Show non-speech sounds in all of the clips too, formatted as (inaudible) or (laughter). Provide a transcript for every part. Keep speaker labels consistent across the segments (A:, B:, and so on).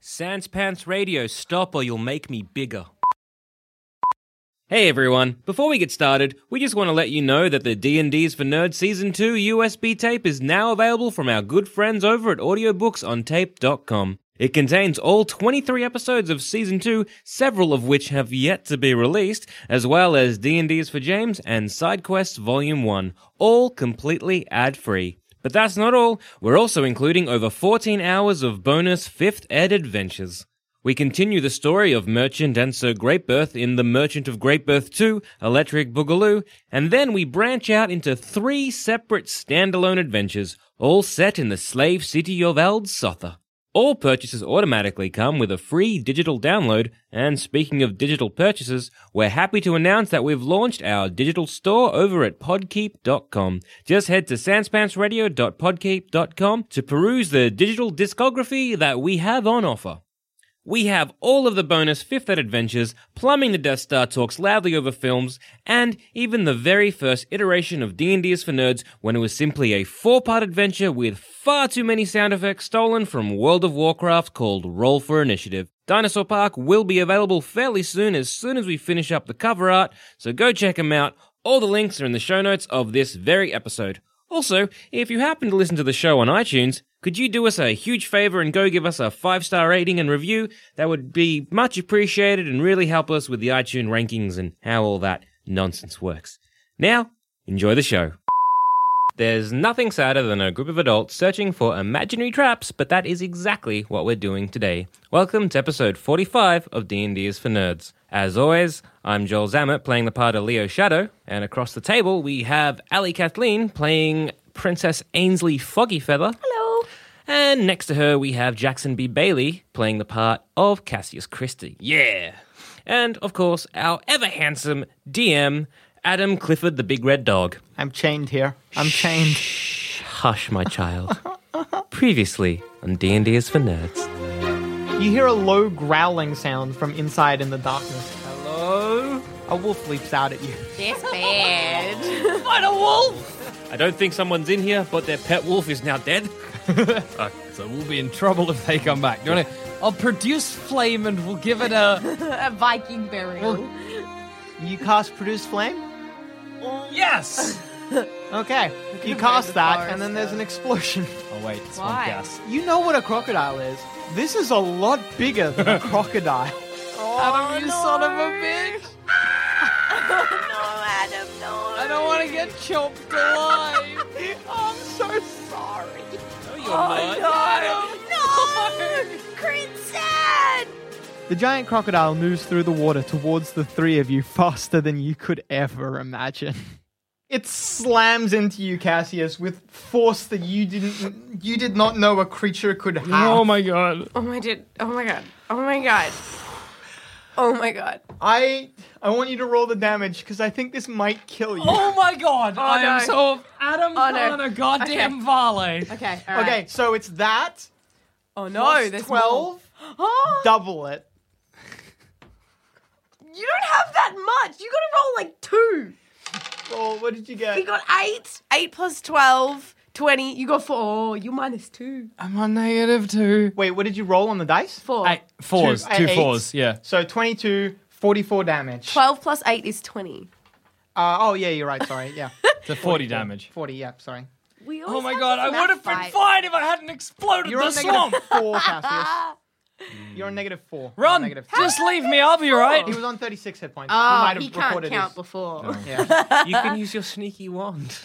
A: Sans Pants Radio, stop or you'll make me bigger. Hey everyone, before we get started, we just want to let you know that the D&Ds for Nerd Season 2 USB tape is now available from our good friends over at audiobooksontape.com. It contains all 23 episodes of Season 2, several of which have yet to be released, as well as D&Ds for James and Side Quests Volume 1, all completely ad-free. But that's not all. We're also including over 14 hours of bonus 5th Ed adventures. We continue the story of Merchant and Sir Greatbirth in The Merchant of Greatbirth 2, Electric Boogaloo, and then we branch out into three separate standalone adventures, all set in the slave city of Eld Sotha. All purchases automatically come with a free digital download, and speaking of digital purchases, we're happy to announce that we've launched our digital store over at podkeep.com. Just head to sanspantsradio.podkeep.com to peruse the digital discography that we have on offer. We have all of the bonus Fifth Ed adventures, plumbing the Death Star talks loudly over films, and even the very first iteration of D&D is for Nerds when it was simply a four-part adventure with far too many sound effects stolen from World of Warcraft called Roll for Initiative. Dinosaur Park will be available fairly soon as soon as we finish up the cover art, so go check them out. All the links are in the show notes of this very episode. Also, if you happen to listen to the show on iTunes, could you do us a huge favor and go give us a five star rating and review? That would be much appreciated and really help us with the iTunes rankings and how all that nonsense works. Now, enjoy the show. There's nothing sadder than a group of adults searching for imaginary traps, but that is exactly what we're doing today. Welcome to episode 45 of D&D is for Nerds. As always, I'm Joel Zammett playing the part of Leo Shadow, and across the table we have Ali Kathleen playing Princess Ainsley Foggyfeather. Hello. And next to her we have Jackson B. Bailey playing the part of Cassius Christie. Yeah. And of course, our ever handsome DM Adam Clifford the Big Red Dog.
B: I'm chained here. I'm chained.
A: Hush, my child. Previously on D&D is for Nerds.
B: You hear a low growling sound from inside in the darkness.
A: Hello?
B: A wolf leaps out at you.
C: This bad.
A: What a wolf! I don't think someone's in here, but their pet wolf is now dead.
D: (laughs) So we'll be in trouble if they come back. Do you want to? I'll produce flame and we'll give it a.
C: A Viking burial.
B: You cast produce flame.
D: yes.
B: (laughs) Okay. You
C: the
B: cast that,
C: forest
B: and then there's an explosion.
D: (laughs) Oh wait, it's
C: Why?
D: one gas.
B: You know what a crocodile is. This is a lot bigger than
D: (laughs)
B: a crocodile.
C: Oh,
D: Adam, you son of a bitch!
C: (laughs) No, Adam, no.
D: I don't want to get chopped alive.
C: (laughs)
B: I'm so sorry.
D: Oh,
C: No!
D: (laughs)
C: Crimson!
B: The giant crocodile moves through the water towards the three of you faster than you could ever imagine. (laughs) It slams into you, Cassius, with force that you didn't you did not know a creature could have.
D: Oh my god.
C: Oh my did oh my god. Oh my god. Oh my god.
B: I I want you to roll the damage because I think this might kill you.
D: Oh my god. I am
C: no.
D: so Adam
C: Oh
D: oh,
C: no.
D: a goddamn
C: Okay.
D: volley.
C: Okay.
B: okay, so it's that
C: Oh
B: plus
C: no, there's more.
B: twelve,
D: (gasps)
C: Oh,
B: double it.
C: you don't have that much. You gotta roll like two.
B: Roll. What did you
C: You
B: get?
C: got eight. Eight plus 12, 20. You got four. Oh, you minus two.
D: I'm on negative two.
B: Wait, what did you roll on the dice?
C: Four.
D: Eight fours.
B: Two-
D: Two
B: eight.
D: fours. Yeah.
B: So 22, 44 damage. Uh,
C: 12 plus 8 is 20.
D: (laughs)
B: oh yeah, you're right. Sorry. Yeah,
D: To forty damage.
B: forty. Yeah, sorry.
C: We
D: Oh
C: always
D: my
C: have
D: god,
C: this
D: I
C: math
D: would have been
C: fight.
D: fine if I hadn't exploded
B: You're
D: the
B: on negative
D: swamp.
B: four,
D: (laughs)
B: Cassius. You're on negative four. You're on
D: Run!
B: Negative
D: Just leave me, I'll be Ah, alright.
B: He was on 36 hit points. he
C: Oh,
B: might have
C: he can't
B: recorded
C: count
B: his-
C: before.
B: Yeah.
A: You can use your sneaky wand.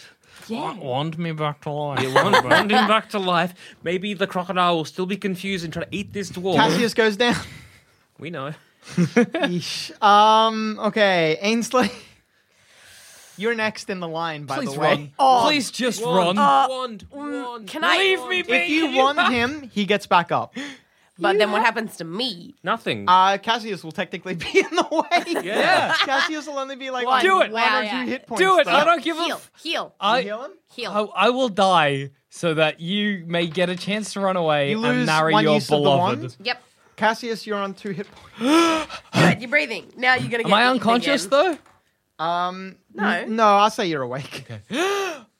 D: Want, want me back to life.
A: You want, want him back to life. Maybe the crocodile will still be confused and try to eat this dwarf.
B: Cassius goes down.
A: We know.
B: Yeesh. Um. Okay, Ainsley. (laughs) You're next in the line, by
D: Please
B: the way.
D: run. Please just run.
B: uh,
A: wand, wand.
C: Uh, mm, Can I
D: Leave me be.
B: If you
D: (laughs)
B: want him, he gets back up.
C: But then what happens to me?
A: Nothing.
B: Uh, Cassius will technically (laughs) be in the way.
D: Yeah.
B: Cassius will only be like
D: Why?
B: one,
D: Do
B: one
D: it.
C: Wow,
B: or
C: yeah.
B: two hit points.
D: Do it. I
B: though.
D: don't give a.
C: Heal,
D: F-
C: heal,
D: I,
B: Heal him?
C: heal.
D: I I will die so that you may get a chance to run away
B: You
D: and
B: lose
D: marry
B: one
D: your
B: use of the
D: beloved.
B: wand?
C: Yep.
B: Cassius, you're on two hit points.
C: Good, you're breathing. Now you're gonna get
D: Am I
C: eaten
D: unconscious
C: again.
D: though?
B: Um,
C: No.
B: no, I'll say you're awake.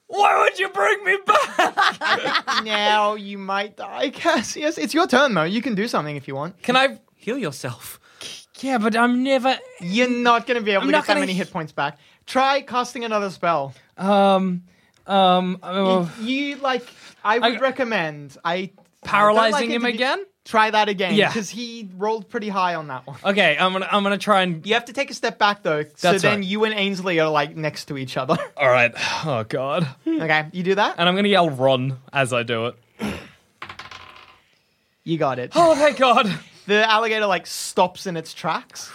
D: Why would you bring me
B: (laughs)
D: back?
B: now you might die, Cassius. It's your turn though. You can do something if you want.
D: Can I?
A: Heal yourself.
D: Yeah, but I'm never.
B: You're not going to be able
D: I'm
B: to
D: not
B: get that
D: gonna
B: many
D: he-
B: hit points back. Try casting another spell.
D: Um, um. uh,
B: You like? I would recommend. I
D: Paralyzing
B: I don't
D: him
B: it to be-
D: again?
B: Try that again.
D: Yeah.
B: because he rolled pretty high on that one.
D: okay, I'm gonna I'm gonna try and.
B: You have to take a step back though, so
D: That's
B: then
D: right.
B: you and Ainsley are like next to each
D: (laughs)
B: other.
D: All right. Oh god.
C: Hmm.
B: okay, you do that.
D: And I'm gonna yell "run" as I do it.
B: You got
D: (gasps)
B: it.
D: Oh thank god.
B: the alligator like stops in its tracks.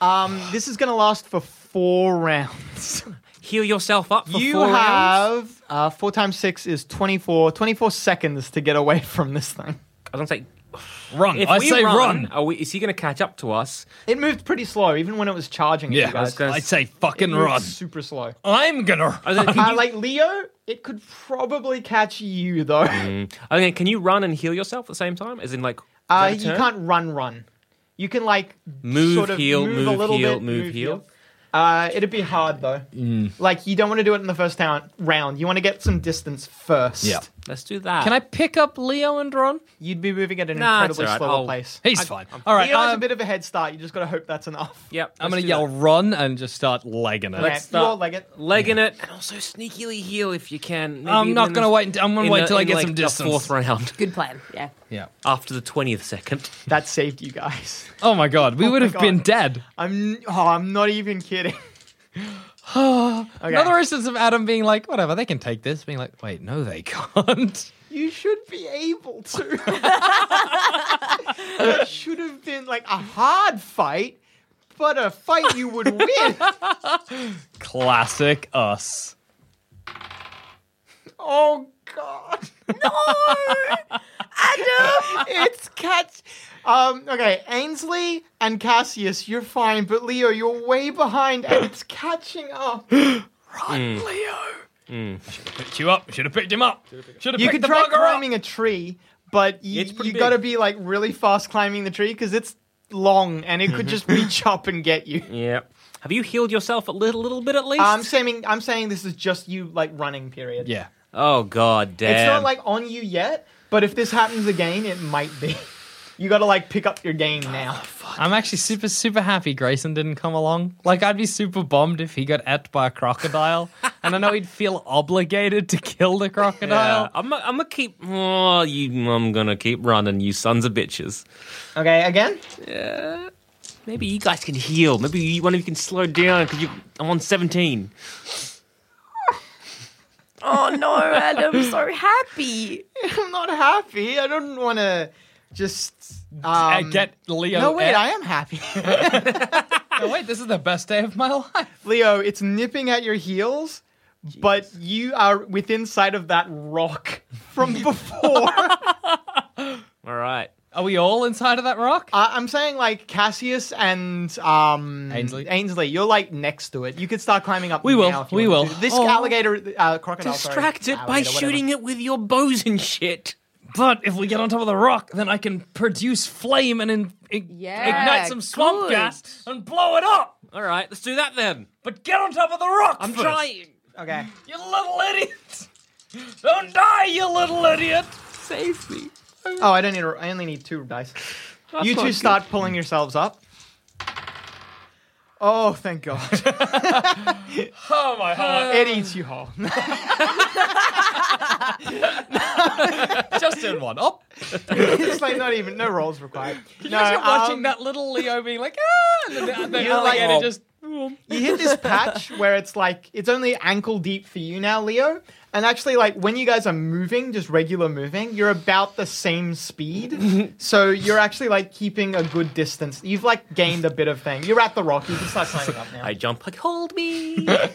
B: Um, this is going to last for four
D: (laughs)
B: rounds.
A: Heal yourself up for
B: you
A: four rounds.
B: have uh, four times six is 24, 24 seconds to get away (laughs) from this thing.
A: I don't say.
D: Run.
A: If
D: I
A: we
D: say
A: run,
D: run.
A: Are we, is he going to catch up to us?
B: It moved pretty slow, even when it was charging. at you
D: Yeah.
B: guys.
A: gonna-
D: I say
B: It
D: fucking
B: moved
D: run.
B: Super slow.
D: I'm gonna.
A: I was like,
B: Uh,
A: can, you,
B: like Leo, it could probably catch you though. (laughs)
A: I was like, can you run and heal yourself at the same time? As in, like, is Mm. that
B: Uh,
A: a
B: you
A: turn?
B: can't run, run. You can like
A: Move,
B: sort of
A: heal,
B: move, a
A: move,
B: little
A: heal,
B: bit,
A: move, heal. Mm.
B: Uh, it'd be hard though. Like you don't want to do it in the first town round. You want to get some distance first.
D: Yeah.
A: Let's do that.
D: Can I pick up Leo and run?
B: You'd be moving at an
A: Nah, it's
B: incredibly
A: all right.
B: slower
A: I'll-
B: pace.
D: He's fine. All right.
B: Leo has
D: um,
B: a bit of a head start. You just got to hope that's enough.
A: Yep.
D: I'm
A: let's
D: gonna
A: do
D: yell
A: that.
D: "run" and just start legging it.
B: Okay,
A: Let's
B: you all
A: start.
B: leg it.
A: Legging it, and also sneakily heal if you can. Maybe
D: I'm
A: even
D: not
A: in
D: gonna
A: the-
D: wait. I'm gonna
A: in
D: wait
A: the-
D: till I
A: in,
D: get
A: like,
D: some
A: the
D: distance.
A: Fourth round, (laughs)
C: Good plan. Yeah.
D: Yeah.
A: after the twentieth second.
B: That saved you guys. (laughs)
D: Oh my god, we would
B: my
D: have been
B: God.
D: dead.
B: I'm oh, I'm not
A: (sighs)
B: even kidding. (laughs) Okay.
D: Another instance of Adam being like, whatever, they can take this. Being like, wait, no, they can't. (laughs)
B: You should be able (laughs) to. that should have been like a hard fight, but a fight you would win.
D: Classic us.
B: (laughs) oh god.
C: Adam!
B: It's catch um, okay, Ainsley and Cassius, you're fine, but Leo, you're way behind and it's catching up. (gasps) Mm.
D: Picked you up. Should have picked him up. Should have
B: You
D: picked
B: could
D: the
B: try
D: bugger up.
B: climbing a tree, but you,
A: It's pretty
B: you gotta
A: big.
B: be like really fast climbing the tree because it's long and it could just reach up and get you.
A: yeah. Have you healed yourself a little, little bit at least?
D: Um,
B: I'm saying I'm saying this is just you like running period.
D: Yeah.
A: oh god damn!
B: It's not like on you yet, but if this happens again, it might be. (laughs) You gotta like pick up your game now.
D: I'm actually super, super happy Grayson didn't come along. Like, I'd be super bummed if he got ate by a crocodile. and I know he'd feel obligated to kill the crocodile.
A: Yeah, I'm gonna I'm gonna keep. Oh, you! I'm gonna keep running, you sons of bitches.
B: Okay, again?
A: Maybe you guys can heal. Maybe you, one of you can slow down because I'm on 17.
C: Oh no, Adam, I'm so happy.
B: I'm not happy. I don't wanna just
D: I
B: um,
D: get E Leo.
B: No wait,
D: ate.
B: I am happy. (laughs)
D: No, wait, this is the best day of my (laughs) life.
B: Leo, it's nipping at your heels, but you are within sight of that rock (laughs) from before. I,
A: All right.
D: Are we all inside of that rock?
B: I'm saying like Cassius and um
D: Ainsley.
B: Ainsley, you're like next to it. You could start climbing up.
D: We will,
B: now if you
D: we
B: wanted
D: will.
B: to. This
D: Oh.
B: alligator, uh, crocodile. sorry.
A: Distract it by
B: Alligator, whatever.
A: shooting it with your bows and shit.
D: But if we get on top of the rock, then I can produce flame and in- ig-
C: Yeah,
D: ignite some swamp
C: good.
D: gas and blow it up.
A: All right, let's do that then.
D: But get on top of the rock.
A: I'm
D: first.
A: trying.
B: Okay.
D: You little idiot. (laughs) Don't die, you little idiot.
A: Save me.
B: Oh, I don't need. I only need two dice. you
A: not
B: two
A: good.
B: start pulling yourselves up.
D: (laughs)
B: Oh, thank God!
D: Oh my heart.
B: it eats you whole.
D: Just turn one Oh, up.
B: (laughs) it's like not even no rolls required.
D: No, Imagine watching
B: um,
D: that little Leo being like, ah, and then the, the
B: You're like-
D: alligator just.
B: you hit this patch where it's like it's only ankle deep for you now, Leo. And actually, like when you guys are moving, just regular moving, you're about the
A: (laughs)
B: same speed. so you're actually like keeping a good distance. You've like gained a bit of thing. You're at the rock. You can start climbing up now.
A: I jump like, hold
D: (laughs)
A: me. oh,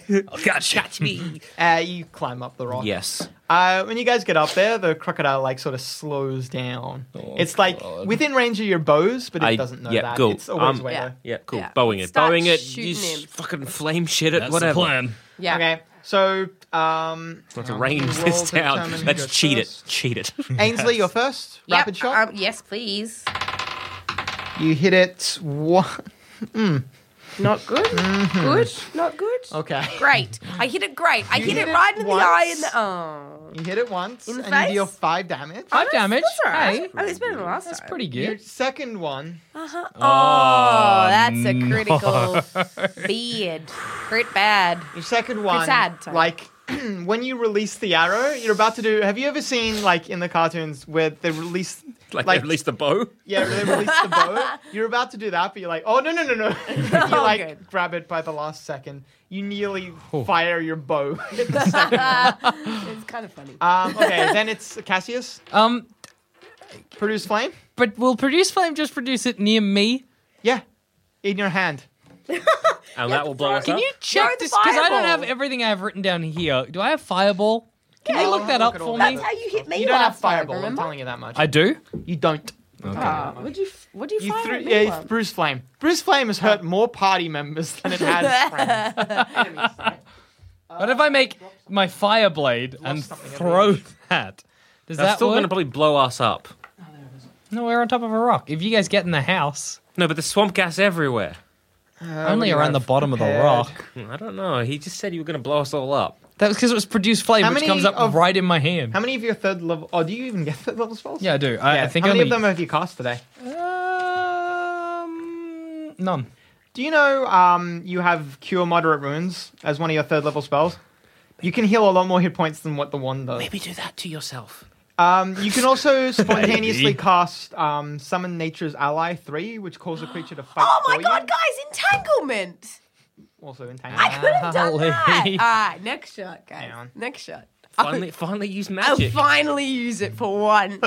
A: gotcha. Catch me.
B: Uh, you climb up the rock.
A: (laughs) Yes.
B: Uh, when you guys get up there, the crocodile like sort of slows down. it's like within range of your bows, but it
A: Oh, I-
B: doesn't know
A: yeah,
B: that.
A: cool.
B: It's always
A: Um,
B: way
C: Yeah.
B: there.
A: Yeah, cool.
C: Yeah.
A: Bowing it.
C: Start
A: Bowing it.
C: shooting
A: You s-
C: him.
A: fucking flame shit it.
D: That's
A: whatever.
D: the plan.
C: Yeah.
B: Okay, so um,
A: To range
B: Roll
A: this down.
B: determine who
A: Let's
B: goes
A: cheat it.
B: first.
A: Cheat it.
B: Ainsley, you're first.
C: Yep,
B: Rapid shot.
C: Um, yes, please.
B: you hit it. One.
C: Hmm.
B: Mm-hmm.
C: Not good. Good. Not good.
B: Okay.
C: Great. I hit it great. I hit,
B: hit
C: it
B: it
C: right in
B: once.
C: the eye and the. Oh.
B: You hit it once,
C: In the
B: and
C: face?
B: you deal five damage.
D: Five damage.
C: That's all right.
D: Hey,
C: Oh, it's better than last
D: that's
C: time.
D: pretty
B: Your
D: good.
B: second one.
C: Oh, that's a critical (laughs) beard. Crit bad.
B: Your second one.
C: sad, sorry.
B: like (clears throat) when you release the arrow, you're about to do. Have you ever seen like in the cartoons where they release
A: like,
B: Like-
A: at least the bow.
B: Yeah, they release the
C: (laughs)
B: bow. You're about to do that, but you're like, oh no no no no! (laughs) you like
C: Oh, good.
B: grab it by the last second. You nearly fire your bow. (laughs) at the second-
C: It's kind of funny.
B: um, okay, then it's Cassius. Uh,
D: Um,
B: Produce flame.
D: but will produce flame just produce it near me?
B: Yeah, in your hand.
A: And that will blow us
D: Can
A: up.
D: you check
C: Throw the
D: this? Because I don't
C: fireball.
D: have everything I have written down here. Do I have fireball? Can you
B: I'll
D: look that
B: look
D: up
B: at
D: for
B: all
D: me?
B: that.
C: How you hit me
B: You don't have
C: last time,
B: fireball. I'm
C: remember?
B: telling you that much.
D: I do.
B: You don't.
C: Ah, what'd you? What'd you,
B: You
C: find?
B: threw,
C: at me
B: yeah,
C: once?
B: Bruce Flame. Bruce Flame has hurt more party members than it (laughs) has friends.
D: But if I make my fire blade and
B: something at
D: throw that,
A: That's
D: does that
A: still
D: work?
A: going to probably blow us up.
D: No, we're on top of a rock. If you guys get in the house,
A: No, but the swamp gas everywhere.
D: only around the bottom of the
B: Uh, prepared?
D: rock.
A: I don't know. He just said you were going to blow us all up.
D: That was because it was produced flame,
B: How
D: which
B: many
D: comes up
B: of-
D: right in my hand.
B: How many of your third level? Oh, do you even get third level spells?
D: yeah, I do. I,
B: Yeah,
D: I think
B: How many
D: only
B: of them have you cast today?
D: um, none.
B: Do you know um, you have Cure Moderate Wounds as one of your third level spells? You can heal a lot more hit points than what the wand does.
A: do that to yourself.
B: Um, you can
D: (laughs)
B: also spontaneously cast um, Summon Nature's Ally 3, which calls a creature to fight.
C: Oh my
B: for
C: god,
B: you.
C: guys!
B: (laughs)
C: Entanglement.
B: Also
C: I
B: entangled.
C: could have done
B: (laughs)
C: that.
D: Golly.
C: All right, next shot, guys.
B: Hang on.
C: Next shot.
A: Finally, finally use
C: (laughs) I'll
A: magic.
C: finally use it for
B: (laughs)
C: once.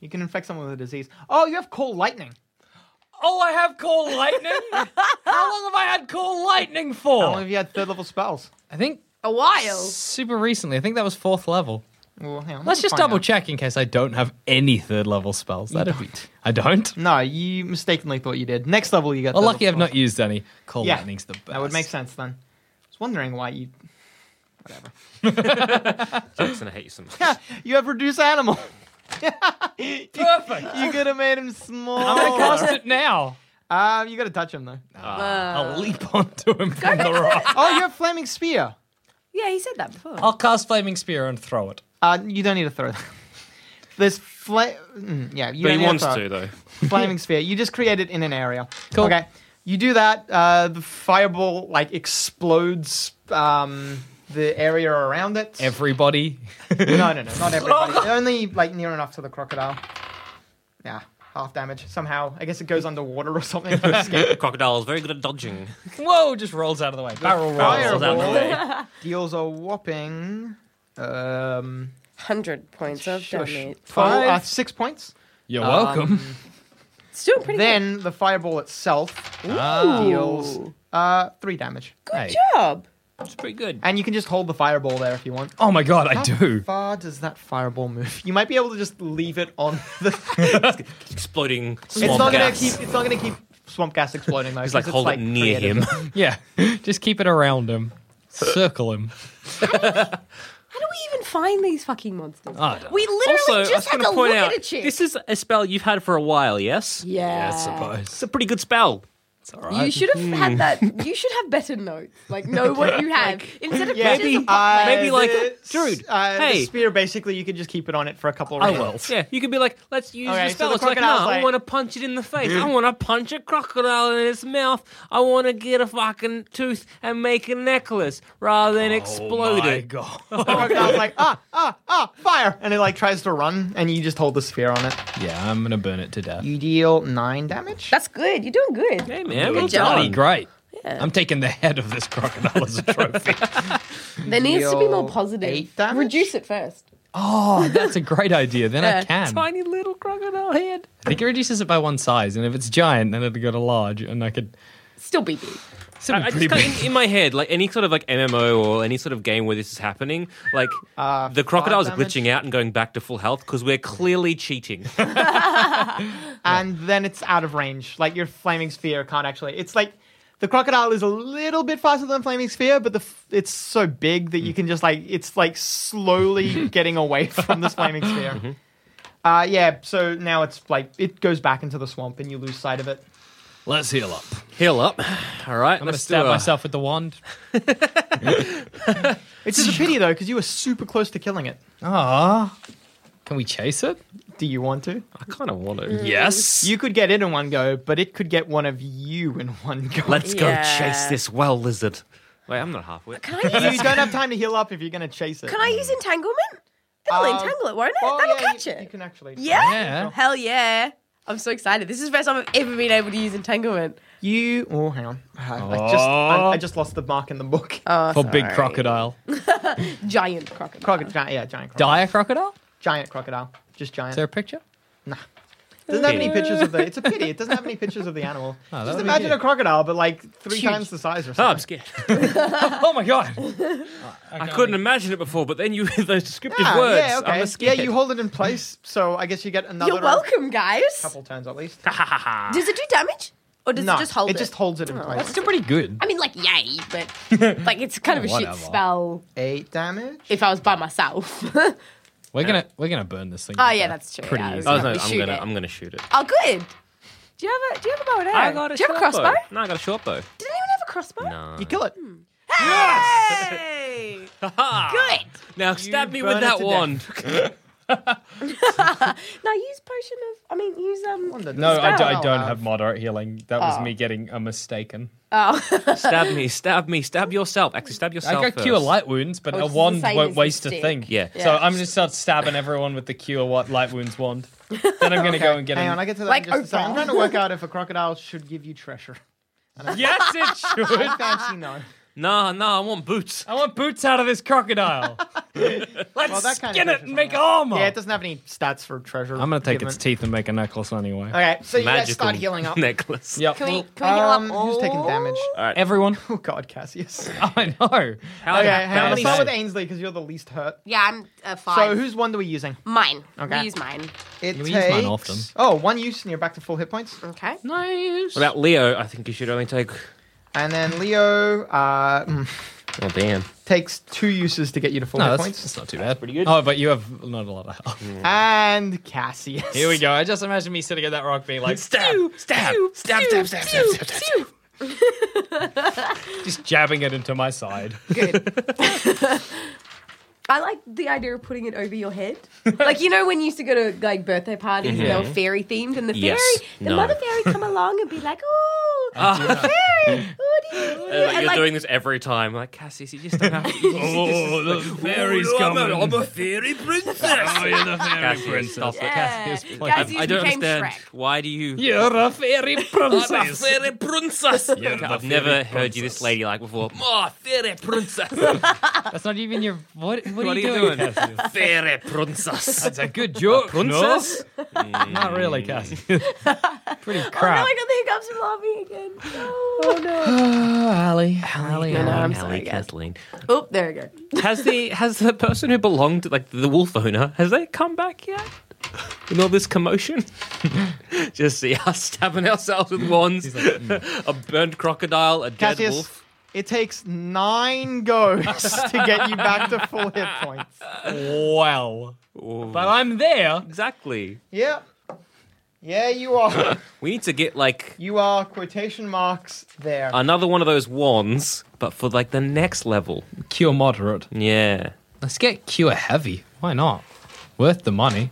B: You can infect someone with a disease. Oh, you have Call Lightning.
D: Oh, I have call (laughs) lightning. How long have I had call lightning
B: How long
D: for?
B: have you had third level spells?
D: I think
C: A while.
D: super recently. I think that was fourth level.
B: Well, hang on, Oh. let
D: Let's
B: me
D: just
B: find
D: double
B: out.
D: check in case I don't have any third level spells. That'd be. I don't.
B: No, you mistakenly thought you did. Next level, you get.
D: Well,
B: third
D: lucky
B: level
D: I've not used any. Call
B: Yeah.
D: lightning's the best.
B: That would make sense then. I was wondering why you. (laughs)
A: Jackson, I hate you so much.
B: You have reduced animal. (laughs) Perfect. you could have made him
D: I'm
B: small.
D: gonna
B: (laughs)
D: cast it now.
B: um, you gotta touch him though.
D: I'll leap onto him
A: (laughs)
D: from the rock.
B: Oh, you have flaming spear.
C: Yeah, he said that before.
D: I'll cast flaming spear and throw it.
B: Uh, you don't need to throw. it. (laughs) There's flame. yeah, you
A: But
B: don't
A: he
B: need
A: wants
B: throw
A: to,
B: it.
A: though. (laughs)
B: Flaming sphere. You just create it in an area.
D: Cool.
B: Okay. You do that. Uh, the fireball like explodes. Um, the area around it.
D: Everybody.
B: No, no, no,
A: (laughs)
B: not everybody. Only like near enough to the crocodile. Yeah, half damage somehow. I guess it goes underwater
A: (laughs)
B: or something. to escape.
A: Crocodile is very good at dodging.
D: Whoa, just rolls out of the way. Barrel rolls.
A: Rolls out the way.
B: (laughs) Deals a whopping um,
C: 100 points of
B: shush,
C: damage. Oh,
B: twelve- uh, six points.
D: You're welcome.
A: Um,
C: It's doing pretty
B: Then the fireball itself deals uh, three damage,
D: (laughs) Hey.
C: good job.
A: It's pretty good.
B: and you can just hold the fireball there if you want.
D: Oh my god,
B: (laughs)
D: I do.
B: Far does that fireball move? You might be able to just leave it on
A: (laughs)
B: the.
A: Exploding swamp
B: it's not
A: gas.
B: gonna keep. It's not gonna keep swamp gas exploding though.
A: He's like,
B: 'cause it's,
A: hold it near
B: creative.
A: him.
B: (laughs)
A: (laughs)
D: Yeah, just keep it around him. Circle him.
C: How do we even find these fucking monsters?
D: I don't
C: we literally
A: also, I was
C: just had
A: going to
C: to look
A: point
C: at
A: out,
C: a chick.
A: this is a spell you've had for a while, yes?
C: yeah.
A: It's a pretty good spell.
D: It's all right.
C: You should have had that. You should have better notes. Like, know what you have. Instead of
B: Yeah,
C: pictures of
B: uh,
C: butt
A: maybe
C: legs.
A: like,
B: the-
A: "Dude,
B: uh,
A: hey." Oh,
B: the spear. Basically, you could just keep it on it for a couple. of
D: I
B: rounds. (laughs)
D: will.
A: Yeah, you could be like, let's use
B: Okay,
A: the
B: so
A: spell.
B: the
A: it's like,
B: crocodile's
A: nah, I
B: like-
A: want to punch it in the face.
D: Mm-hmm.
A: I want to punch a crocodile in its mouth. I want to get a fucking tooth and make a necklace rather than explode
D: Oh my
A: it.
D: God.
B: The crocodile's like ah ah ah fire, and it like tries to run, and you just hold the spear on it.
D: (laughs) yeah, I'm gonna burn it to death.
B: You deal nine damage.
C: That's good. You're doing good.
A: Hey, man,
C: Good
A: well
C: job.
D: Bloody
A: done.
D: great. I'm taking the head of this crocodile as a trophy. (laughs)
C: There needs to be more
B: Deal
C: positive.
B: eight damage?
C: Reduce it first.
D: oh, that's a great idea. Then
C: Yeah,
D: I can. I
A: Tiny little crocodile
D: (laughs)
A: head.
D: think it reduces it by one size, and if it's giant, then it'll go to large, and I could.
C: Still BB.
D: It's gonna
A: I,
D: be
A: I
D: pretty
A: just kind
D: big.
A: of, in, in my head, like any sort of like MMO or any sort of game where this is happening, like the crocodile's
B: Uh, five damage.
A: glitching out and going back to full health because we're clearly cheating.
D: (laughs)
B: and then it's out of range. Like your flaming sphere can't actually. It's like the crocodile is a little bit faster than flaming sphere, but the f- it's so big that you can just like it's like slowly getting away from this flaming sphere. Uh, yeah, so now it's like it goes back into the swamp and you lose sight of it.
D: (laughs) Let's heal up. I'm
A: Heal up. All right,
D: gonna
A: let's do
D: stab
A: a-
D: myself with the wand.
B: It's just a pity though, because you were super close to killing it.
D: Ah, can we chase it?
B: Do you want to?
A: I kind of want
D: Mm.
A: to.
D: Yes.
B: You could get it in one go, but it could get one of you in one go.
A: Let's go
C: Yeah.
A: chase this well lizard. Wait, I'm not halfway.
C: Can
B: (laughs)
C: I
B: you
C: use,
B: don't have time to heal up if you're going to chase it.
C: can I use entanglement? It'll
B: Um,
C: entangle it, won't it?
B: Oh,
C: That'll
B: yeah,
C: catch
B: you,
C: it.
B: You can actually.
C: yeah?
D: Yeah.
C: Hell yeah. I'm so excited. This is the first time I've ever been able to use entanglement.
B: You. Oh, hang on. I, I just I,
D: Oh.
B: I just lost the mark in the
C: (laughs)
B: book.
C: Oh.
D: For Oh, big crocodile.
C: Giant crocodile.
B: Crocodile. Giant, yeah, giant crocodile.
D: (laughs) Dire crocodile?
B: Giant crocodile. Just giant.
D: Is there a picture?
B: doesn't have any
A: Pity.
B: pictures of the. It's a pity. It doesn't have
D: (laughs)
B: any pictures of the animal.
D: Oh, that
B: just
D: would be
B: imagine
D: good.
B: a crocodile, but like three times the size or
A: Oh, (laughs) I'm
B: something.
A: scared.
D: Oh my god.
A: I couldn't imagine it before, but then you (laughs) those descriptive
B: yeah,
A: words.
B: yeah, okay.
A: I'm a scared.
B: Yeah, you hold it in place, so I guess you get another
C: You're welcome, guys.
B: couple turns at
D: (laughs)
B: least.
C: Does it do damage? Or does
B: no,
C: it just hold it? Oh,
B: just holds it in
D: That's
B: place.
D: still pretty good.
C: I mean, like, yay, but like it's kind of a shit
D: Whatever.
C: spell
B: Eight damage.
C: if I was by myself. (laughs)
D: We're gonna we're gonna burn this thing.
C: Oh,
D: to
C: yeah,
D: death.
C: that's true.
D: Pretty
C: Yeah, I was
D: easy.
A: I was
C: Let
A: like,
C: me
A: Oh, I'm
C: shoot
A: gonna,
C: it.
A: I'm gonna shoot it.
C: oh, good. Do you have a Do you have a bow and arrow?
A: I got a
C: Do you have
A: short
C: a crossbow?
A: bow. No, I got a short bow.
C: Did anyone have a crossbow?
A: No.
B: You kill it.
C: Hmm. Hey!
A: (laughs)
C: Good.
A: Now stab me
B: burn
A: with
B: it
A: that
B: to
A: wand.
C: Now use potion of. I mean, use um.
B: Wonder-
D: No, I, d- I
B: Spell.
D: don't
C: Oh.
D: have moderate healing. That was me getting a mistaken.
A: (laughs) stab me, stab me, stab yourself. Actually, stab
D: I
A: yourself.
D: got
A: first.
D: cure light wounds, but
C: Oh,
D: a
C: it's the
D: wand
C: same
D: won't
C: as the
D: waste a
C: stick.
D: thing.
A: Yeah.
D: So
C: Yeah.
D: I'm gonna start stabbing everyone with the cure what light wounds wand. Then I'm gonna go and get.
B: Hang
D: an-
B: on, I get to that.
C: Like
B: in just a second. I'm
C: Oprah.
B: trying to
C: (laughs)
B: work out if a crocodile should give you treasure.
D: Yes,
C: (laughs)
D: it should.
B: I fancy no.
A: Nah, nah, I want boots.
D: I want boots out of this crocodile. Let's
B: Well, that kind of
D: skin it
B: treasure's
D: and
B: not
D: make
B: bad.
D: armor.
B: Yeah, it doesn't have any stats for treasure.
D: I'm gonna take
B: given.
D: its teeth and make a necklace anyway.
B: Okay, so you guys
A: Magical
B: start healing
D: (laughs)
B: up.
A: necklace.
D: Yep.
C: Can we
D: well,
C: can we heal
B: Um,
C: up all?
B: who's taking damage?
D: everyone.
B: Oh God, Cassius. Okay,
D: (laughs) I know.
A: How,
B: hang on.
A: how
B: Let's
A: many?
B: start with Ainsley because you're the least hurt.
C: Yeah, I'm uh, five.
B: So whose one do we using?
C: mine?
B: Okay.
C: We use mine.
B: It
D: Yeah, we use
B: takes.
D: mine often.
B: Oh, one use and you're back to full hit points.
C: Okay.
D: Nice.
A: What about Leo? I think you should only take.
B: And then Leo uh, mm,
A: Oh damn.
B: takes two uses to get you to full
D: No,
B: hit
D: that's,
B: points.
D: that's not too bad. Pretty good. Oh, but you have not a lot of health.
B: And Cassius.
D: Here we go. I just imagine me sitting at that rock being like,
A: (laughs) Stab, stab, stab, stab, stab, stab, stab, stab.
D: just jabbing it into my side.
C: I like the idea of putting it over
A: (laughs)
C: your head. like you know when you used to go to like birthday parties and they were fairy themed, and the fairy,
A: Mm-hmm. Yes.
C: the
A: No.
C: mother fairy, come along and be like,
A: (laughs)
C: "Oh, the fairy, oh, do you, do you?"
A: Like,
C: and,
A: Uh, you're
C: like,
A: doing this every time. Like Cassius, you just don't have to. (laughs)
D: oh, the fairies coming. I'm a
A: (laughs)
D: fairy princess. oh, (laughs) you're the fairy
A: Cassius, stop it.
C: yeah.
D: Cassius playing.
C: Cassius
A: I don't
C: became
A: understand.
C: Shrek.
A: Why do you?
D: You're a fairy
A: I'm a
D: princess.
A: fairy (laughs) princess.
D: You're
A: Okay,
D: the
A: I've
D: fairy
A: never heard you
D: princess.
A: this lady like before. (laughs) Ma, fairy princess. (laughs) what
D: That's not even your. What, what,
A: are you doing? fairy (laughs) princess.
D: That's a good joke.
A: Princess?
D: No? (laughs) Not really, Cassius. Pretty
C: Oh no,
D: crap.
C: I got the hiccups from laughing again. Oh no.
D: Oh, Allie. Allie.
C: No, no, I'm
A: Ellie
C: sorry, guys.
A: Kathleen.
C: Oh, there we go.
A: Has the has the person who belonged to like the wolf owner has they come back yet? In all this commotion, (laughs) just see us stabbing ourselves with wands, (laughs) a burnt crocodile, a dead
B: Cassius.
A: wolf.
B: It takes nine (laughs) goes to get you back to full hit points.
D: Well. But I'm there.
A: Exactly.
B: Yep. Yeah, you are.
A: We need to get like
B: you are quotation marks there.
A: another one of those wands, but for like the next level.
D: Cure moderate.
A: Yeah.
D: Let's get cure heavy. Why not? Worth the money.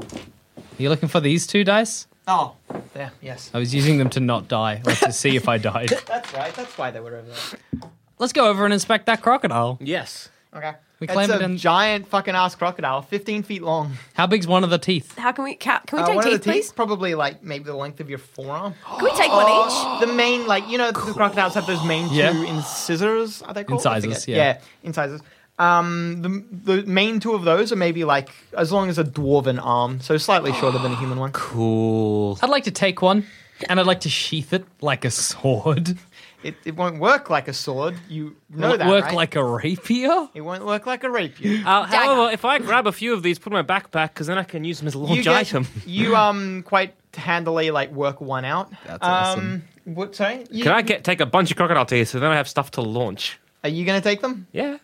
D: Are you looking for these two dice?
B: oh, there. Yes,
D: I was using them to not die, like to see if I died.
B: that's right. That's why they were over there.
D: (laughs) Let's go over and inspect that crocodile.
A: Yes.
B: Okay.
D: We
B: It's
D: claimed
B: a
D: it in-
B: giant fucking ass crocodile, fifteen feet long.
D: How big's one of the teeth?
C: How can we ca- can we
B: Uh,
C: take
B: one
C: teeth,
B: of the teeth, Oh.
C: please?
B: probably like maybe the length of your forearm.
C: Can we take one each?
B: the (gasps) main, like you know, the crocodiles have those main two
D: Yeah.
B: incisors. Are they called? I
D: Incisors,
B: forget.
D: yeah.
B: incisors. Um, the the main two of those are maybe like as long as a dwarven arm, so slightly shorter than a human
D: (gasps)
B: one.
A: Cool.
D: I'd like to take one, and I'd like to sheath it like a sword.
B: It, it won't work like a sword. You know
D: Will it
B: that,
D: work
B: right?
D: like a rapier?
B: it won't work like a rapier. Um,
D: (gasps)
A: Uh, however, if I grab a few of these, put in my backpack, because then I can use them as a launch
B: get-
A: item.
B: you um quite handily like work one out. That's
D: awesome.
B: Um, what? Sorry. You,
A: Can I get take a bunch of crocodile teeth so then I have stuff to launch?
B: Are you going to take them?
A: Yeah.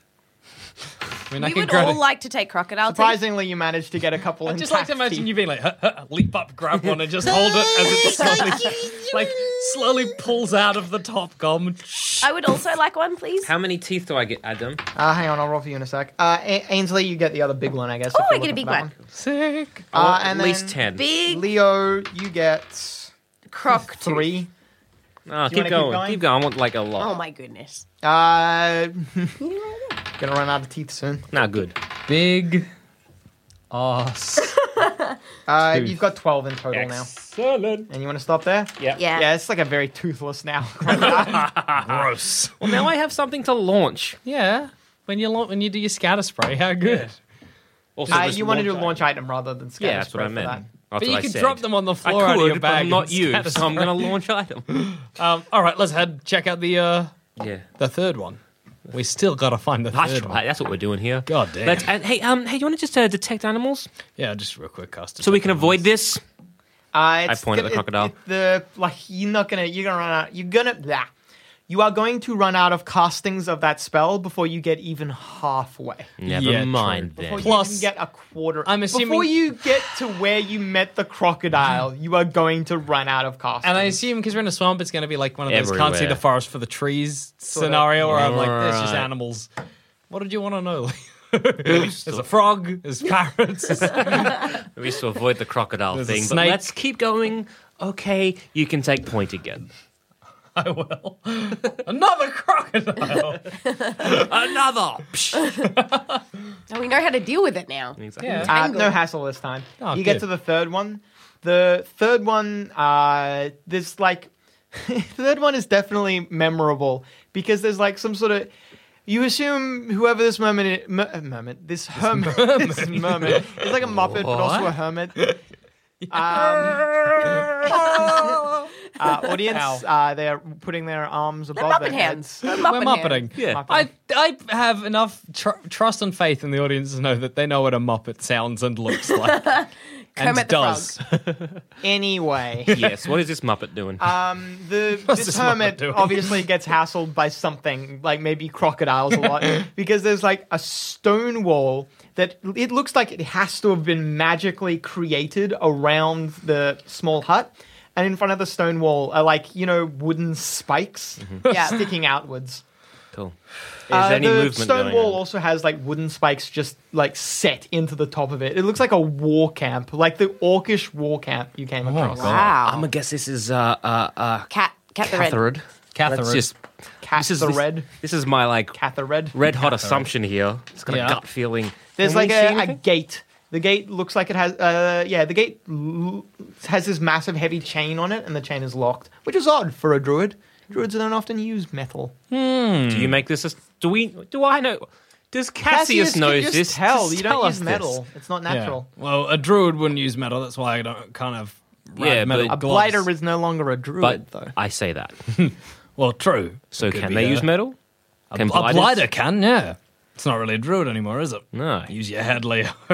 D: I mean, I
C: We
D: could
C: would
D: grab
C: all
D: it.
C: like to take crocodile teeth.
B: Surprisingly, you managed to get a couple.
D: I'd just like to
B: intact
D: imagine
B: teeth.
D: you being like, "Huh, huh," leap up, grab one, and (laughs) just hold it as it slowly, like, slowly pulls out of the top gum.
C: I would also like one, please.
A: How many teeth do I get, Adam?
B: Uh, hang on, I'll roll for you in a sec. Uh, A- Ainsley, you get the other big one, I guess.
C: Oh,
B: if you're
C: I get a
B: looking
C: big
B: for that
C: one.
D: Sick.
B: Uh,
A: At
B: and
A: least ten.
B: then
C: Big
B: Leo, you get
C: croc tooth.
B: three.
A: Oh,
B: Do you
A: keep, going, keep
B: wanna keep
A: going.
B: going?
A: I want like a lot.
C: Oh my goodness.
B: Uh, (laughs) gonna run out of teeth soon.
A: Nah, good.
D: Big ass.
B: Uh, you've got twelve in total now.
A: Excellent.
B: And you want to stop there?
A: Yeah. Ah,
C: Yeah.
B: Yeah, it's like a very
A: (laughs)
B: toothless now. Uh,
D: Gross.
A: Well, now I have something to launch.
D: Yeah. When you la- when you do your scatter spray, how good.
A: Also,
B: uh,
A: just
B: you want to do
A: launch
B: launch item rather than scatter
A: Yeah, that's what
B: spray
A: I
B: for
A: meant.
B: that.
A: That's
D: But
A: what
D: you
A: I
D: could
A: said.
D: drop them on the
A: I
D: floor
A: could,
D: out of your
A: but
D: bag.
A: I'm
D: and
A: not you,
D: scatter
A: so I'm
D: spray.
A: going to launch item.
D: Um, all right, let's head check out the uh,
A: (laughs) yeah.
D: the third one. We still gotta find the
A: That's
D: third
A: right.
D: one.
A: That's what we're doing here.
D: God damn.
A: Let's, and, hey, um, hey, you want to just uh, detect animals
D: Yeah, just real quick, cast.
A: so we can avoid this?
B: Uh, it's
A: point at
B: gonna-
A: the crocodile.
B: the like, you're not gonna. You're gonna run out. You're gonna. Blah. You are going to run out of castings of that spell before you get even halfway.
A: Never
D: Yeah, true.
A: mind then.
B: Before you
D: Plus-
B: even get a quarter.
D: I'm assuming-
B: before you get to where you met the crocodile, you are going to run out of castings.
D: And I assume because we're in a swamp, it's gonna be like one of those can't see
A: Everywhere.
D: the forest for the trees scenario, where I'm like, there's just animals. What did you want to know? there's a frog. There's parrots.
A: (laughs) We used to avoid the crocodile
D: There's a
A: thing, but
D: snake.
A: let's keep going. Okay, you can take point again.
D: I will. Another crocodile.
A: Another. Psh.
C: Oh, we know how to deal with it now.
D: Yeah.
B: Uh, no hassle this time.
D: Oh,
B: you get
D: good.
B: to the third one. The third one, uh, there's like, (laughs) the third one is definitely memorable because there's like some sort of. You assume whoever this mermaid, i- mer- uh, mermaid, this hermit, (laughs) this mermaid, it's like a muppet, but also a hermit. Um, (laughs) uh, audience, uh, they're putting their arms above
C: Muppet
B: their
C: hands.
B: heads.
D: We're muppeting.
A: Yeah.
D: I, I have enough tr- trust and faith in the audience to know that they know what a muppet sounds and looks like.
A: (laughs)
D: and
C: Kermit the
D: does.
B: Anyway,
A: yes. What is this muppet doing?
B: Um, the this
D: this mother
B: hermit
D: doing?
B: obviously gets hassled by something like maybe crocodiles a lot because there's like a stone wall that it looks like it has to have been magically created around the small hut, and in front of the stone wall are like you know wooden spikes
C: Yeah.
B: sticking outwards.
A: cool. Mm-hmm. Is
B: Uh,
A: any
B: the
A: movement
B: stone
A: going
B: wall
A: on?
B: also has like wooden spikes just like set into the top of it. It looks like a war camp, like the orcish war camp you came across.
C: Wow.
A: I'm gonna guess this is uh uh uh
C: Cat, cat the red.
A: Catherine. Let's
D: Catherine.
A: just
B: Cat
A: this is
B: the
A: this-
B: red,
A: This is my like
B: cat the red.
A: red hot assumption here. It's got
D: Yeah.
A: a gut feeling.
B: There's
A: Can we
B: like
A: see
B: a, a
A: anything?
B: gate. The gate looks like it has, uh, yeah, the gate l- has this massive heavy chain on it, and the chain is locked, which is odd for a druid. Druids don't often use metal.
A: Do you make this? A, do we? Do I know? Does
B: Cassius
A: Cassius,
B: can
A: knows
B: just
A: this?
B: Tell
A: Just
B: you
A: tell
B: don't
A: us
B: use
A: this.
B: metal. It's not
D: Yeah.
B: natural.
D: Well, a druid wouldn't use metal. That's why I don't kind of.
A: Yeah,
D: metal
A: but-
B: A
A: A
D: gloves.
B: blighter is no longer a druid,
A: But
B: though.
A: I say that.
D: well, true.
A: So
D: Could
A: can
D: be
A: they
D: a-
A: use metal? Can
D: a blighter?
A: blighters-
D: can, yeah. It's not really a druid anymore, is it?
A: No.
D: Use your head, Leo. (laughs)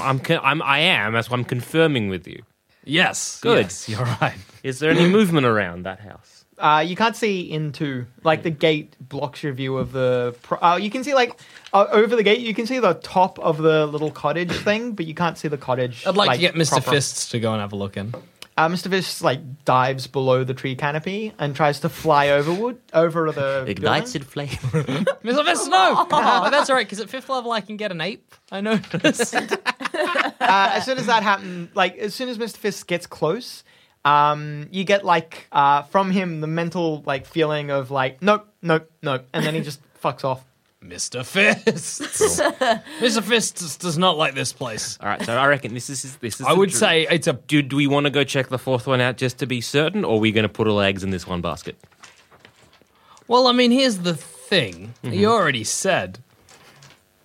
A: I'm, con- I'm I am. That's what I'm confirming with you.
D: yes.
A: Good.
D: Yes, you're right.
A: Is there
D: (clears throat)
A: any movement around that house?
B: Uh, you can't see into like the gate blocks your view of the. Pro- uh, you can see like uh, over the gate. You can see the top of the little cottage thing, but you can't see the cottage.
D: I'd like, to get Mr.
B: proper.
D: Fists to go and have a look in.
B: Uh, Mr. Fish like dives below the tree canopy and tries to fly overward over the
E: Ignites
B: building.
E: in flame.
D: Mr. Miss (laughs) No! but that's all right, because at fifth level I can get an ape. I (laughs) noticed.
B: Uh, as soon as that happens, like as soon as Mr. Fisk gets close, um, you get like uh, from him the mental like feeling of like nope, nope, nope, and then he just (laughs) fucks off.
D: Mr. Fists. (laughs) Mr. Fists does not like this place.
A: (laughs) All right, so I reckon this is this is.
D: I
A: the
D: would
A: dr-
D: say it's a.
A: do, do we want to go check the fourth one out just to be certain, or are we going to put all our eggs in this one
D: (laughs)
A: basket?
D: Well, I mean, here's the thing.
B: Mm-hmm.
D: You already said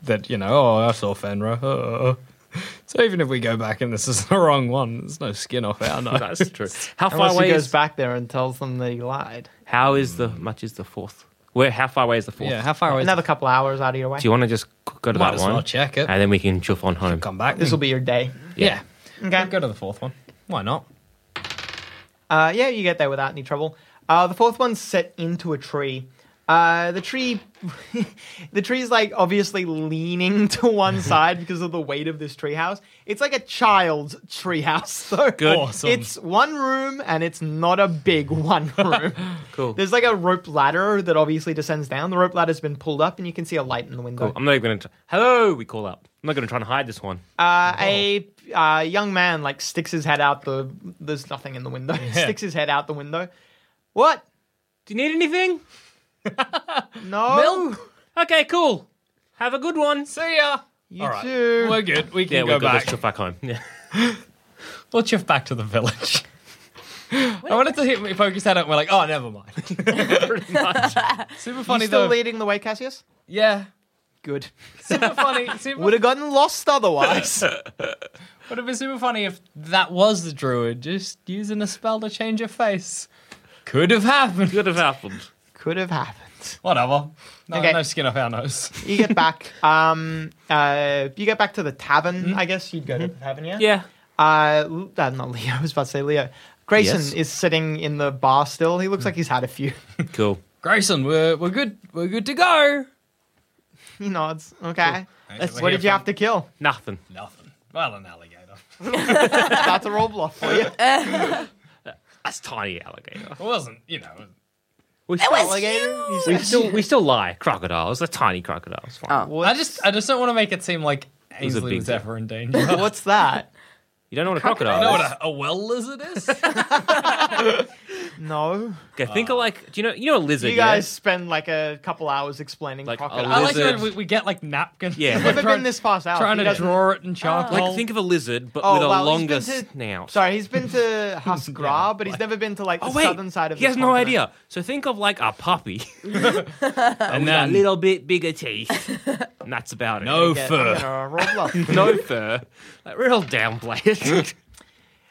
D: that, you know, oh, I saw Fenra. uh, uh." (laughs) So even if we go back and this is the wrong one, there's no skin
B: (laughs)
D: off our nose.
A: That's true. How far
B: Unless he
A: away
B: goes
A: is,
B: back there and tells them that he lied.
A: How is the much is the fourth? Where? How far away is the fourth?
D: Yeah, how far away?
B: Another couple hours out of your way.
A: Do you want to just c- go to
D: Might
A: that
D: as
A: one?
D: well check it.
A: and then we can chuff on home.
D: Come back.
B: This will be your day.
D: Yeah.
B: Okay.
D: Go to the fourth one. Why not?
B: Uh, yeah, you get there without any trouble. Uh, the fourth one's set into a tree. Uh, the tree, (laughs) the tree's like obviously leaning (laughs) to one side because of the weight of this treehouse. It's like a child's treehouse, (laughs) though.
D: Good. Awesome.
B: It's one room, and it's not a big (laughs) one room. cool. There's like a rope ladder that obviously descends down. The rope ladder's been pulled up, and you can see a light in the window.
A: I'm not even going to. Hello, we call up. I'm not going to try and hide this one.
B: Uh, a uh, young man like sticks his head out the. There's nothing in the window. (laughs) sticks his head out the window. What?
A: Do you need anything?
B: No.
A: Okay, cool. Have a good one.
D: See ya.
B: You too.
D: We're good. We can
A: Yeah,
D: go
A: we're good.
D: back.
A: Let's chuff back home. Yeah.
D: We'll shift back to
B: (laughs)
D: the village. I wanted to hit focus that out. and We're like, oh,
B: (laughs)
D: never mind.
A: Pretty much.
D: (laughs) Super
B: You
D: funny
B: still
D: though.
B: leading the way, Cassius?
D: yeah,
B: (laughs) Good.
D: super
B: (laughs)
D: funny. Super,
B: Would have gotten lost otherwise.
D: (laughs) would have been super funny if that was the druid just using a spell to change her face. Could have
A: (laughs)
D: happened.
A: Good have happened.
B: (laughs) Could have happened.
D: (laughs) Whatever. No,
B: Okay.
D: no skin off our nose.
B: You get back. um, uh, you get back to the tavern. I guess you'd go to the tavern, Mm-hmm. yeah.
A: Yeah.
B: Uh, L- uh, not Leo. (laughs) I was about to say Leo. Grayson
A: Yes. Mm.
B: is sitting in the bar still. He looks like he's had a few. (laughs)
A: Cool.
D: Grayson, we're we're good. We're good to go.
B: he nods. Okay.
D: Let's-
B: What did you have
A: (laughs)
B: to kill?
A: Nothing.
D: Nothing. Well, an alligator.
B: That's a roll bluff for
A: (laughs)
B: you.
A: That's tiny alligator.
D: It wasn't. You know.
A: We still,
B: Alligator? You
A: we
B: said-
A: still we still lie. Crocodiles. They're tiny crocodiles. Fine.
B: Oh.
D: I just I just don't want to make it seem like
A: was a
D: Ainsley
A: big
D: was
A: deal.
D: ever in (laughs) danger.
A: (laughs)
B: What's that?
A: You don't know what a
D: I know
A: crocodile
D: what
A: is.
D: a, a well lizard (laughs) is.
B: No.
A: Okay, think of like do you know you know a lizard?
B: You guys
A: yeah?
B: spend like a couple hours explaining
A: Like a
B: crocodile.
D: I like
A: Lizard.
D: that we, we get like napkins.
A: Yeah.
D: We're
A: Never
B: I've never
D: trying-
B: been this fast out.
D: trying
B: He
D: to
B: doesn't-
D: draw it in charcoal.
A: Like think of a lizard but
B: Oh,
A: with a
B: well, he's
A: longer
B: been to-
A: snout.
B: Sorry,
A: (laughs)
B: he's been to Huskra, but he's never been to like the
A: Oh wait,
B: southern side of.
A: he
B: this
A: has no
B: continent.
A: idea. So think of like a
B: (laughs)
A: puppy, (laughs)
D: and
A: a
D: then
A: little bit bigger teeth, and that's about
D: no
A: it.
B: Yeah, I'm
D: fur.
B: gonna roll bluff.
A: (laughs) No fur, like, real downplay. (laughs) it.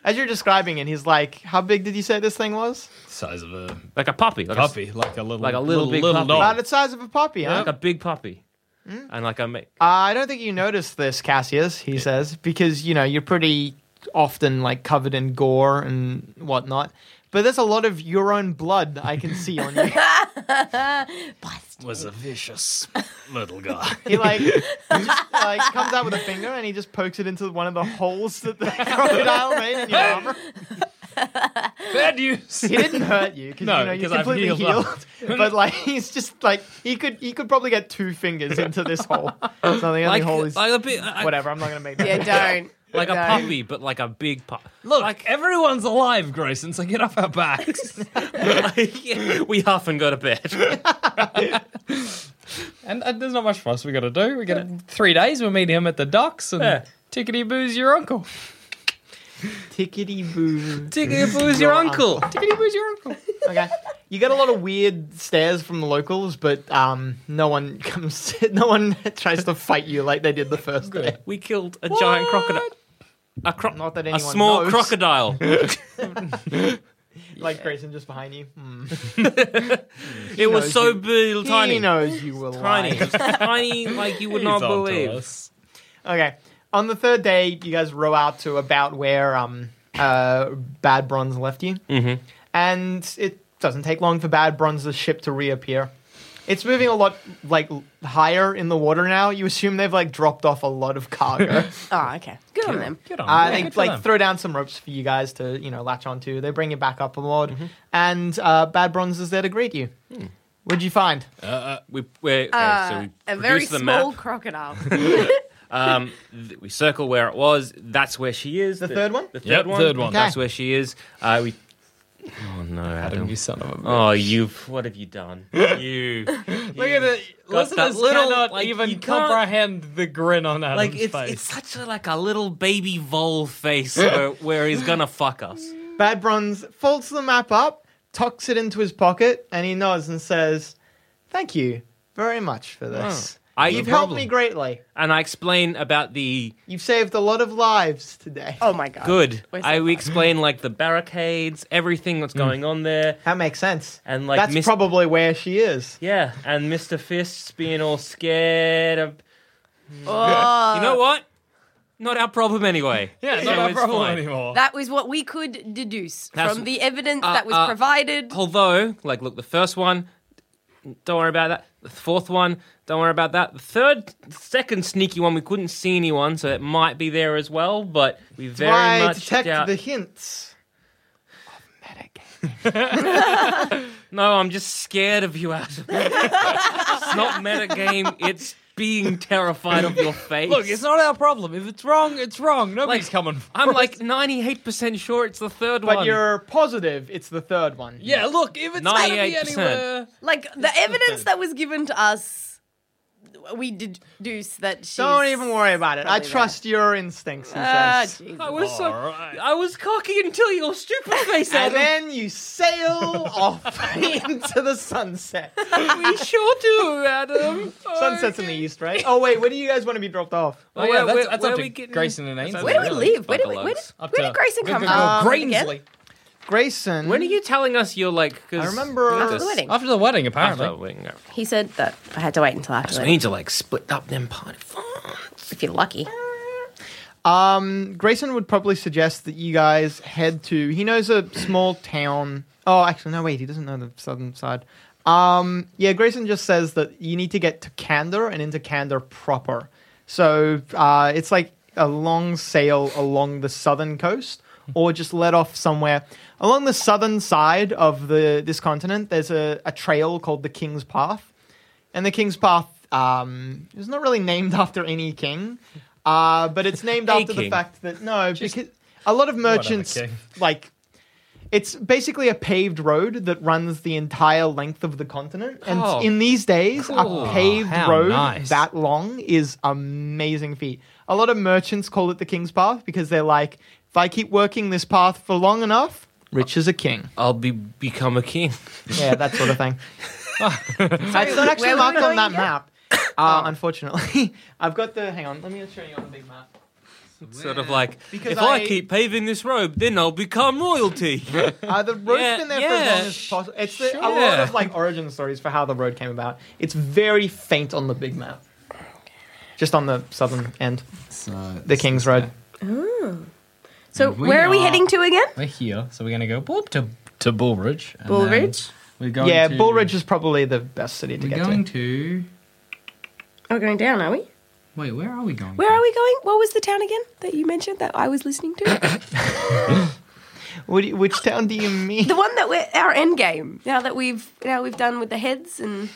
B: As you're describing it, he's like, "How big did you say this thing was?
D: Size of a
A: like a puppy, like a s-
D: puppy, like a little,
A: Like a little big puppy.
B: About
D: dog.
B: the size of a puppy, huh?"
A: like a big puppy, and like a
B: (laughs)
A: ma-
B: Uh, I don't think you noticed this, Cassius. He says because you know you're pretty often like covered in gore and whatnot. But there's a lot of your own blood I can see on
A: (laughs)
B: you.
D: (laughs) was a vicious little (laughs) guy.
B: He like he just, like comes out with a finger and he just pokes it into one of the holes that (laughs) the crocodile made in
A: (laughs)
B: your armor.
D: Bad news.
B: He didn't hurt you because
D: No,
B: you know you're
D: 'cause I've
B: completely
D: healed up. (laughs)
B: healed. (laughs) but like he's just like he could he could probably get two fingers into this hole. So the only
A: like,
B: hole is
A: like a big, I- I-
B: whatever. I'm not gonna make that. (laughs)
C: Yeah,
A: like
C: don't.
A: a
C: No.
A: puppy, but like a big puppy.
D: Look, everyone's alive, Grayson. So get off our backs.
A: (laughs) we huff and go to bed.
D: (laughs)
A: (laughs)
D: and, and there's not much for us we got to do. We got three days. We'll meet him at the docks and
A: Yeah.
D: tickety boo's your uncle.
B: Tickety boo.
A: Who's your uncle?
D: Tickety boo's your (laughs) uncle.
B: Okay. You get a lot of weird stares from the locals, but um, no one (laughs) comes. No one (laughs) tries to fight you like they did the first day.
A: We killed a giant crocodile. A, cro-
B: Not that
A: a
B: anyone
A: small
B: knows. (laughs)
A: crocodile.
B: Like Grayson just behind you. Hmm.
A: it was
B: knows
A: so
B: you.
A: little tiny.
B: He knows you were
A: Tiny.
B: lying.
A: tiny, like you would
D: He's
A: not
D: onto
A: believe.
D: us.
B: Okay. On the third day, you guys row out to about where um, uh, Bad Bronze left you. Mm-hmm. And it doesn't take long for Bad Bronze's ship to reappear. It's moving a lot like l- higher in the water now. You assume they've like dropped off a lot of cargo.
C: Oh, okay. Good on them.
D: Good on
B: I
D: them.
B: think
D: Good for
B: like
D: them.
B: throw down some ropes for you guys to you know latch onto. They bring you back up a lot, and uh, Bad Bronze is there to greet you. What'd you find?
A: Uh, We,
B: Uh,
A: we're, okay, so we
C: Uh, A
A: produce
C: very
A: the
C: small
A: map.
C: crocodile.
A: Um, th- we circle where it was. That's where she is.
B: The third one?
A: The third
D: Yep,
A: one.
D: third one. Okay.
A: That's where she is. Uh, we. Oh no, Adam.
D: Adam, you son of a bitch.
A: Oh, you! What have you (laughs) done? You.
D: Look at it.
A: that
D: Listeners
A: little-
D: cannot
A: like, you
D: even
A: can't-
D: comprehend the grin on Adam's
A: Like it's
D: face.
A: it's such a, like a little baby vole face where, where he's gonna fuck us.
B: Bad Bronze folds the map up, tucks it into his pocket, and he nods and says, "Thank you very much for this.
A: Oh, I-
B: You've
A: no
B: helped
A: problem.
B: me greatly.
A: And I explain about the
B: You've saved a lot of lives today.
C: oh my god.
A: good.
C: We're so
A: I we
C: far.
A: explain like the barricades, everything that's going on there.
B: That makes sense.
A: And, like,
B: that's
A: Miss-
B: probably where she is.
A: Yeah, and Mr. Fists being all scared
D: (laughs)
A: of. You know what? Not our problem anyway.
D: yeah, it's
A: So
D: not our
A: it's
D: problem
A: fine.
D: anymore.
C: That was what we could deduce
A: That's-
C: from the evidence
A: uh,
C: that was
A: uh,
C: provided.
A: Although, like, look, the first one, don't worry about that. The fourth one, don't worry about that. The third, second sneaky one, we couldn't see anyone, so it might be there as well. But we very
B: I
A: much
B: detect
A: doubt.
B: the hints.
A: No, I'm just scared of you,
B: (laughs)
A: Adam. it's not metagame. It's being terrified of your face.
D: Look, it's not our problem. If it's wrong, it's wrong. Nobody's coming. For
A: I'm
D: us.
A: like
D: (laughs)
A: 98% sure it's the third
B: But
A: one.
B: you're positive it's the third one.
D: yeah. Look, if it's gonna be
A: 98%.
D: anywhere,
C: like the evidence that was given to us, we deduce that she's.
B: Don't even worry about it. I
C: probably
B: trust your instincts, he
C: Ah,
B: says.
C: Jesus.
A: I was so
D: Alright.
A: I was cocky until your
B: (laughs)
A: stupid face, Adam.
B: And then you sail (laughs) off into the
A: (laughs)
B: sunset.
A: we sure do, Adam.
B: Sunset's in the east, right? Oh wait, where do you guys want to be dropped off?
D: Oh, yeah,
A: Where-
D: that's,
A: where-
D: that's
A: where
D: up
A: we
D: to
A: getting-
D: Grayson and Ainsley.
C: Where do we
D: really.
C: leave? Where did, we, where, did,
D: Up
C: where
D: to-
C: did Grayson
D: we
C: come
D: could
C: from?
D: go
C: Um, again?
D: Grainsley.
B: Grayson.
A: When are you telling us you're like? 'cause-
B: I remember.
C: After the wedding.
D: After the wedding, apparently.
A: After we can go.
C: He said that I had to wait until after
A: So
C: the
A: we need to like split up them party.
C: if you're lucky.
B: Um, Grayson would probably suggest that you guys head to. He knows a small town. Oh, actually, no, wait, he doesn't know the southern side. Um, yeah, Grayson just says that you need to get to Candor and into Candor proper. So uh, it's like a long sail along the southern coast, or just let off somewhere along the southern side of the this continent. There's a, a trail called the King's Path. And the King's Path um, is not really named (laughs) after any king, uh, but it's named
A: A
B: after the
A: king.
B: fact that no, because a lot of merchants
D: king.
B: like it's basically a paved road that runs the entire length of the continent, and
A: Cool.
B: in these days,
A: Cool.
B: a paved
D: Oh, How
B: road
D: nice.
B: that long is amazing feat. A lot of merchants call it the King's Path because they're like, if I keep working this path for long enough, rich as a king.
A: I'll be become a king.
B: Yeah, that sort of
D: (laughs)
B: thing. it's not actually
C: where were we
B: marked on
C: going
B: that
C: again?
B: map.
D: Oh.
B: Uh, unfortunately, (laughs) I've got the. Hang on, let me show you on the big map.
A: Sort of like
B: Because
A: if I...
B: I-
A: keep paving this road, then I'll become
B: (laughs)
A: royalty.
B: Uh, the road's
A: Yeah,
B: been there for as
A: yeah.
B: long as possible. It's the, a
A: Sure.
B: lot of like origin stories for how the road came about. It's very faint on the big map, just on the southern end,
D: So
B: the King's Road.
C: So
D: We
C: where are we
D: are-
C: heading to again?
D: we're here, so we're gonna go boop to to Bullridge. and
C: Bullridge?
D: then We're going.
B: yeah,
D: to,
B: Bullridge is probably the best city to
D: We're
B: get
D: going
B: to.
D: to.
C: We're going down, are we?
D: Wait, where are we going?
C: Where are we going? What was the town again that you mentioned that I was listening to? (coughs)
B: What do you- which town do you mean?
C: the one that we're our end game. Now that we've now we've done with the heads and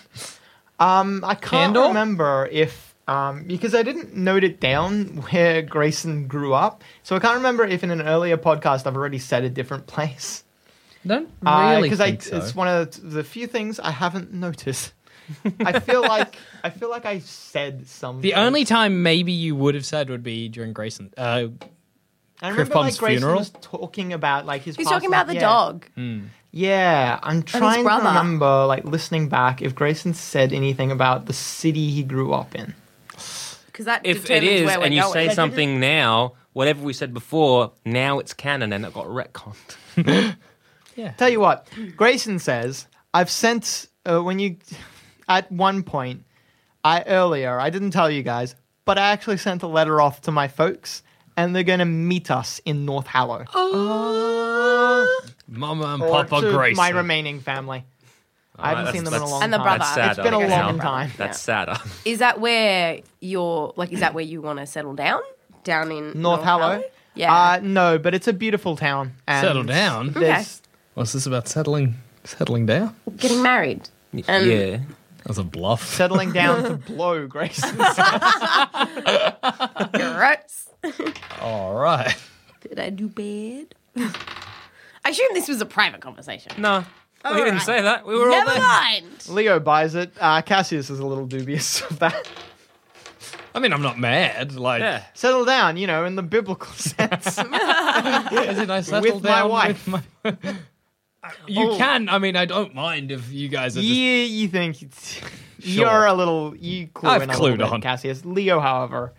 B: Um, I can't
D: Candle?
B: remember if um, because I didn't note it down where Grayson grew up, so I can't remember if in an earlier podcast I've already said a different (laughs) place.
D: Don't really
B: Because
D: think so.
B: Uh, I it's one of the, the few things I haven't noticed. I
C: (laughs)
B: feel like I feel like I said something.
D: The only time maybe you would have said would be during Grayson. Uh,
B: I remember
D: Crispum's
B: like Grayson
D: funeral?
B: was talking about like his.
C: he's
B: past
C: talking
B: life.
C: about the
B: Yeah.
C: dog.
A: Mm.
B: Yeah, I'm trying to
C: brother.
B: remember like listening back if Grayson said anything about the city he grew up in.
C: Because that
A: if it
C: determines
A: is,
C: where we're
A: and you
C: going.
A: say something now, whatever we said before, now it's canon, and it got retconned.
B: Tell you what, Grayson says I've sent uh, when you (laughs) at one point I earlier I didn't tell you guys, but I actually sent a letter off to my folks, and they're going to meet us in North
C: Oh,
B: Hallow.
D: Mama and
B: Or
D: Papa
B: to
D: Grayson.
B: my remaining family. I haven't
A: that's-
B: seen them in a
A: that's-
B: long
C: And the
B: time.
C: brother.
A: That's
C: It's
A: sadder.
B: It's been a
C: I guess.
B: long
C: Yeah.
B: time.
A: That's sadder.
C: Is that where you're like? Is that where you want to settle down? Down in
B: North Hallow?
C: Yeah.
B: Uh, no, but it's a beautiful town. And
D: Settle down?
B: there's-
D: What's this about settling settling down?
C: Getting married. Um,
A: yeah.
D: That's a bluff.
B: Settling down
C: (laughs)
B: to blow, Grayson.
C: Gross.
D: All right.
C: Did I do bad? (laughs) I assume this was a private conversation.
A: No. we Oh, didn't
C: right.
A: say that. We were all
C: Never
A: there.
C: mind.
B: Leo buys it. Uh, Cassius is a little dubious (laughs) of that.
D: I mean, I'm not mad. Like,
A: Yeah.
B: Settle down, you know, in the biblical (laughs)
C: (laughs)
B: sense.
D: as in I settle
B: my
D: down
B: wife.
D: with my. (laughs) you can. I mean, I don't mind if you guys are
B: you,
D: just.
B: you think it's, you're
D: Sure.
B: a little you clue
D: I've
B: in a
D: clued
B: little bit,
D: on.
B: Cassius. Leo, however,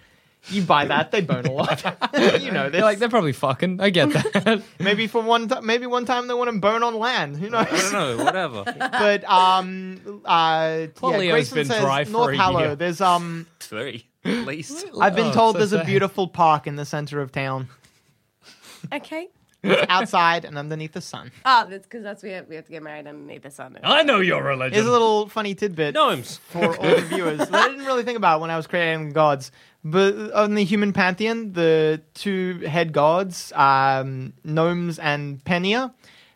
B: you buy that they bone a
D: (laughs)
B: lot. (laughs) you know this.
D: They're like they're probably fucking. I get that.
B: maybe for one, ti- maybe one time they want to bone on land. Who knows?
A: I don't know. (laughs) Whatever.
B: (laughs) but um, uh, yeah,
D: Leo's
B: Grayson
D: been
B: says
D: dry for
B: North
D: a
B: Hallow.
D: year.
B: There's um,
A: Three, at least.
B: I've been
D: Oh,
B: told
D: so
B: there's a
D: sad.
B: beautiful park in the center of town,
C: (laughs) Okay.
B: outside and underneath the sun.
C: Oh, that's because that's we have, we have to get married underneath the sun.
A: Mm.
D: I know your religion.
B: Here's a little funny tidbit.
A: Gnomes.
B: for all the viewers that I didn't really think about when I was creating the gods. But on the human pantheon, the two head gods, um, Gnomes and Penia.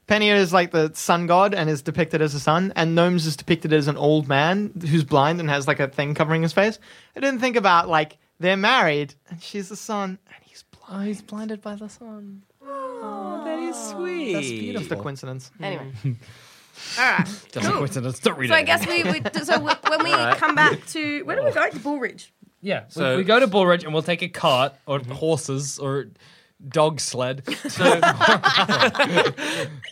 B: Penia is like the sun god and is depicted as a sun, and Gnomes is depicted as an old man who's blind and has like a thing covering his face. I didn't think about like they're married and she's the sun and he's blind.
D: Oh, he's blinded by the sun.
A: That is
B: Oh,
A: sweet.
D: That's beautiful.
B: Just a coincidence.
A: (laughs)
C: Anyway. All right.
D: Just a coincidence. Don't read
C: So
D: it.
C: I guess we would. So we,
A: (laughs)
C: when we
A: Alright.
C: come back to where do we go to Bullridge?
D: Yeah. we-
A: So-
D: we, go to Bullridge and we'll take a cart or horses or dog sled. So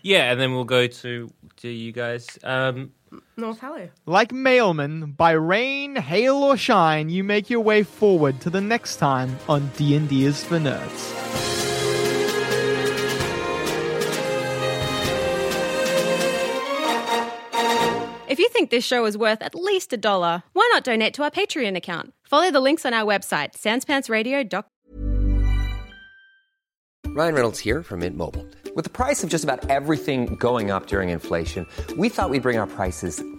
A: Yeah, and then we'll go to to you guys. Um,
C: North Hallow.
B: Like mailmen, by rain, hail, or shine, you make your way forward to the next time on D&D is for Nerds.
E: If you think this show is worth at least a dollar, why not donate to our Patreon account? Follow the links on our website, sanspantsradio.com.
F: Ryan Reynolds here from Mint Mobile. With the price of just about everything going up during inflation, we thought we'd bring our prices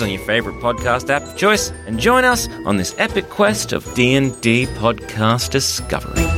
A: on your favorite podcast app of choice and join us on this epic quest of D&D podcast discovery.